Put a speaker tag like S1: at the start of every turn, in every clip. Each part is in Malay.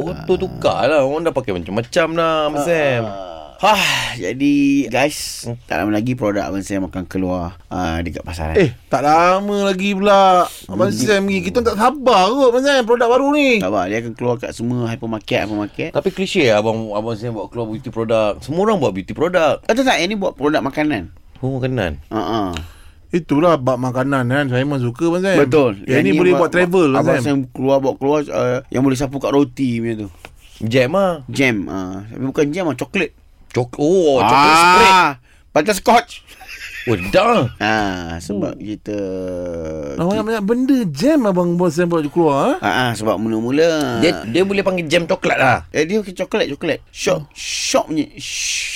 S1: Oh,
S2: Motor tukar lah Orang dah pakai macam-macam lah Abang Sam
S1: Ah. Hah, jadi guys, tak lama lagi produk Abang Sam akan keluar uh, dekat pasaran.
S3: Eh, tak lama lagi pula. Abang Sam ni, kita tak sabar kot Abang Sam, produk baru ni.
S1: Tak apa, dia akan keluar kat semua hypermarket, hypermarket.
S2: Tapi klise lah Abang, Abang Sam buat keluar beauty product Semua orang buat beauty product
S1: Atau tak, yang ni buat produk makanan.
S2: Oh makanan
S1: Uh-uh.
S3: Itulah bab makanan kan. Saya memang suka Abang Sam.
S1: Betul.
S3: Yang, ni boleh buat, travel Abang
S1: Abang
S3: Sam.
S1: Sam keluar buat keluar uh, yang boleh sapu kat roti punya tu.
S2: Jam lah
S1: Jam. Uh. Tapi bukan jam, ah, coklat.
S2: Cok- Oh coklat ah. spread
S1: Pantai scotch.
S2: Oh dah
S1: Ah,
S3: Oh.
S1: sebab hmm. kita
S3: Nah, banyak-banyak benda jam Abang Abang Sam buat keluar. Ha?
S1: Ah, ah, sebab mula-mula
S2: dia, dia boleh panggil jam coklat lah
S1: eh, dia ke coklat coklat.
S3: Hmm.
S1: Shock shock punya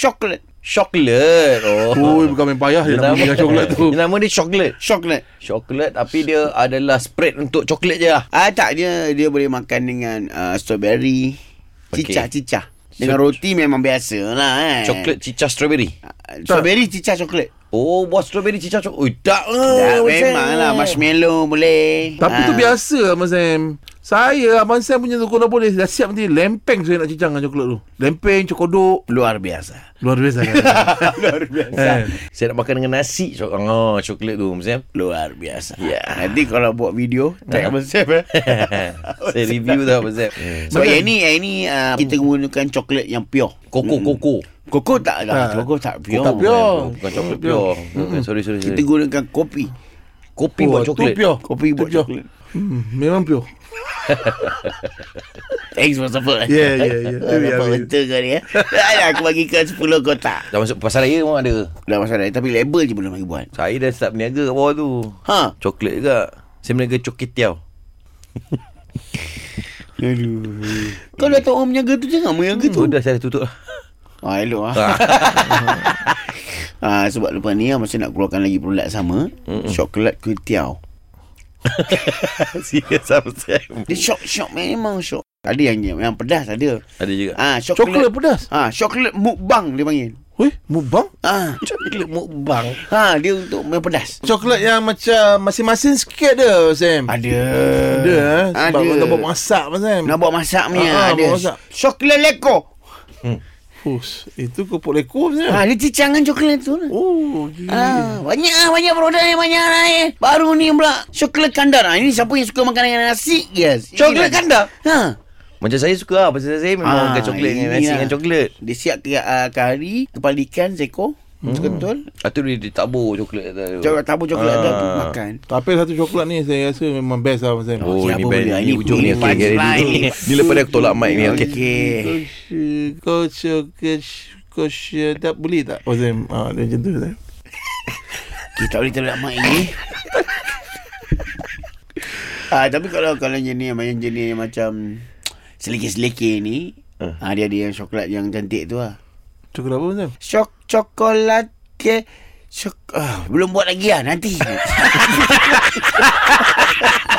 S1: coklat.
S2: Coklat Oh
S3: Oi, bukan main payah dia nak beli yang coklat tu.
S2: Dia nama dia coklat
S1: Coklat.
S2: Coklat tapi dia adalah spread untuk coklat je lah
S1: Ah tak dia dia boleh makan dengan uh, strawberry,
S2: Okey.
S1: cicah-cicah. Dengan roti memang biasa lah kan.
S2: Coklat cicah strawberry
S1: Ah, Strawberry cicah coklat.
S2: Oh buat strawberry cicah coklat Oh tak
S1: Ya,
S2: lah Abang Sam.
S1: memang lah marshmallow boleh.
S3: Tapi
S1: Ah.
S3: tu biasa Abang Sam. Saya Abang Sam punya tu kalau boleh dah siap nanti lempeng saya nak cincang dengan coklat tu. Lempeng, cokodok.
S1: luar biasa.
S3: Luar biasa kan.
S1: luar biasa.
S3: Eh.
S2: Saya nak makan dengan nasi cok- oh, Coklat tu Abang Sam
S1: Luar biasa.
S2: Ya.
S1: Nanti kalau buat video tak apa Sam eh.
S2: Saya review tau Abang Sam
S1: So Hmm.
S2: ya,
S1: yang ni yang ni uh, kita menggunakan coklat yang pure.
S2: Koko koko
S1: Koko tak lah.
S3: Ah.
S1: Koko tak pure.
S3: Koko tak pure.
S2: Bukan coklat pure Bukan, Sorry sorry
S1: Kita
S2: sorry
S1: gunakan kopi.
S2: Kopi buat
S3: Oh, tu
S2: coklat
S3: pure.
S1: Kopi
S3: Tu
S1: buat
S3: pure.
S1: coklat.
S3: Hmm, memang pure.
S1: Thanks for support.
S3: Ya, ya, ya. Tu
S1: Dah
S3: biar
S1: dapat
S3: habis.
S1: betul kau ni eh. Alah, aku bagikan 10 kotak.
S2: Dah masuk pasar raya pun ada
S1: Dah masalah. Tapi label je belum lagi buat.
S2: Saya dah start berniaga kat bawah tu
S1: Ha.
S2: Coklat juga Saya berniaga cokitiau
S1: Kau dah tahu orang meniaga tu jangan meniaga tu.
S3: Hmm.
S2: Oh dah saya tutup lah
S1: Ah, elok ah. ah, sebab lepas ni ah, masa nak keluarkan lagi produk sama, Mm-mm.
S3: Hmm.
S1: coklat kutiau.
S2: Serius Abang Sam
S1: Dia syok syok memang syok. Ada yang yang pedas ada.
S2: Ada juga
S1: Ah,
S3: Coklat
S1: coklat.
S3: pedas.
S1: Ah, coklat mukbang dia panggil.
S3: Weh, mukbang?
S1: Ah,
S2: Coklat mukbang
S1: ha, dia untuk main pedas.
S3: Coklat yang macam masing-masing sikit dia, Sam.
S1: Ada.
S3: Ada eh. Sebab
S1: Ada.
S3: kau tak buat masak, Abang Sam.
S1: Nak buat masak punya
S3: Ah, ah,
S1: ada.
S3: buat masak.
S1: Coklat leko.
S3: Hus, itu kau put leko, Sam.
S1: Ha, dia cicangan coklat tu lah.
S3: Oh, gila.
S1: Ah, banyak ah banyak produk yang banyak lain. Baru ni pula coklat kandar. Ah, ini siapa yang suka makan dengan nasi? Yes.
S2: Coklat kandar?
S1: Ha.
S2: Macam saya suka lah Pasal saya memang
S1: Ah,
S2: makan coklat dengan nasi
S1: inilah.
S2: dengan coklat
S1: Dia siap ke uh, kari, kepala ikan seekor, hmm. sekentul.
S2: Lepas tu dia ditabur coklat atas tu
S1: Coklat tabur coklat
S2: Ah.
S1: ada tu makan.
S3: Tapi satu coklat ni saya rasa memang best lah, Abang Sam.
S2: Oh
S1: Okey,
S2: ni
S1: apa
S2: best
S1: benda?
S2: Ni
S1: Ini
S2: hujung ni
S1: punchline
S2: okay, okay,
S1: ni.
S2: ni. Ni lepas dia aku tolak mic ni okay.
S1: Okey.
S3: Kau- Kau coklat, kau sedap boleh tak, Abang Sam? Ah, dia macam tu, Sam.
S1: Kita boleh tolak mak ini. ah, tapi kalau kalau jenis yang jenis yang macam selekeh-selekeh ni,
S2: Ah.
S1: ah dia ada yang coklat yang cantik tu lah.
S3: Coklat apa, Abang Sam?
S1: Cok coklat ke Cok, ah, belum buat lagi lah nanti